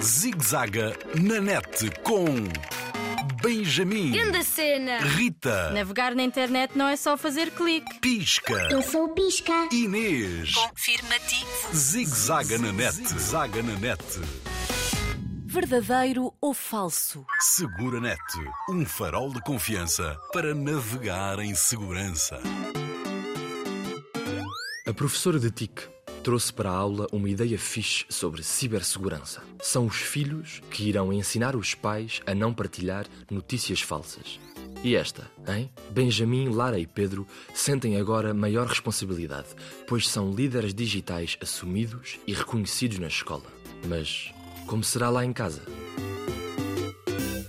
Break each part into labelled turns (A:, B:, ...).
A: Zigzaga na net com Benjamin,
B: Grande cena!
A: Rita,
B: Navegar na internet não é só fazer clique.
A: Pisca,
C: Eu sou o Pisca.
A: Inês.
D: Confirmativo.
A: Zigzaga na net, zaga na net.
D: Verdadeiro ou falso?
A: Segura net, um farol de confiança para navegar em segurança.
E: A professora de TIC trouxe para a aula uma ideia fixe sobre cibersegurança. São os filhos que irão ensinar os pais a não partilhar notícias falsas. E esta, hein? Benjamin, Lara e Pedro sentem agora maior responsabilidade, pois são líderes digitais assumidos e reconhecidos na escola. Mas como será lá em casa?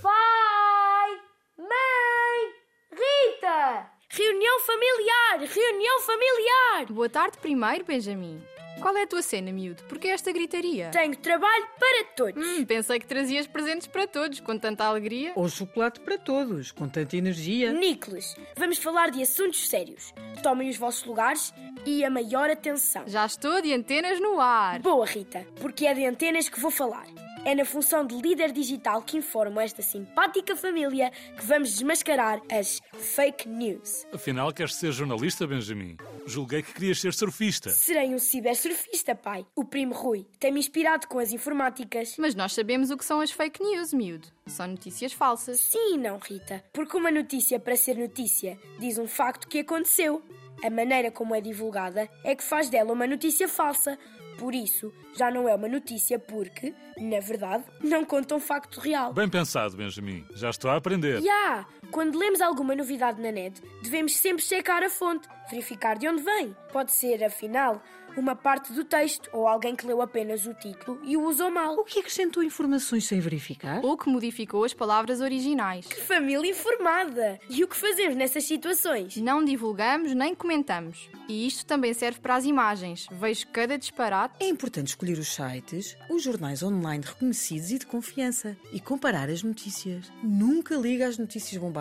F: Pai! Mãe! Rita! Reunião familiar! Reunião familiar!
B: Boa tarde primeiro, Benjamin. Qual é a tua cena, miúdo? Por que esta gritaria?
F: Tenho trabalho para todos!
B: Hum, pensei que trazias presentes para todos, com tanta alegria.
G: Ou chocolate para todos, com tanta energia.
F: Nicolas, vamos falar de assuntos sérios. Tomem os vossos lugares e a maior atenção.
B: Já estou de antenas no ar.
F: Boa, Rita, porque é de antenas que vou falar. É na função de líder digital que informo esta simpática família que vamos desmascarar as fake news.
H: Afinal, queres ser jornalista, Benjamin? Julguei que querias ser surfista.
F: Serei um cibersurfista, pai. O primo Rui tem-me inspirado com as informáticas.
B: Mas nós sabemos o que são as fake news, miúdo. São notícias falsas.
F: Sim e não, Rita, porque uma notícia para ser notícia diz um facto que aconteceu. A maneira como é divulgada é que faz dela uma notícia falsa. Por isso, já não é uma notícia porque, na verdade, não conta um facto real.
H: Bem pensado, Benjamin. Já estou a aprender.
F: Já! Quando lemos alguma novidade na net, devemos sempre checar a fonte, verificar de onde vem. Pode ser, afinal, uma parte do texto ou alguém que leu apenas o título e o usou mal.
G: O que acrescentou informações sem verificar?
B: Ou que modificou as palavras originais.
F: Família informada! E o que fazemos nessas situações?
B: Não divulgamos nem comentamos. E isto também serve para as imagens. Vejo cada disparate.
G: É importante escolher os sites, os jornais online reconhecidos e de confiança e comparar as notícias. Nunca liga às notícias bombásticas.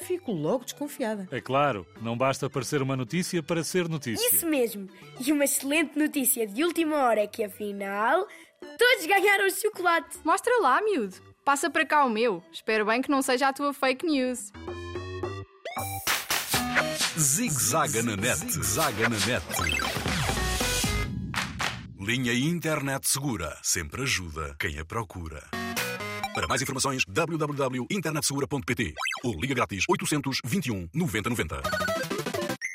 G: Fico logo desconfiada.
H: É claro, não basta aparecer uma notícia para ser notícia.
F: Isso mesmo! E uma excelente notícia de última hora é que, afinal, todos ganharam chocolate!
B: Mostra lá, miúdo. Passa para cá o meu. Espero bem que não seja a tua fake news.
A: Zigzaga na net, zaga na net. Linha Internet Segura sempre ajuda quem a procura. Para mais um informações, www.internetsegura.pt ou liga grátis 821 9090.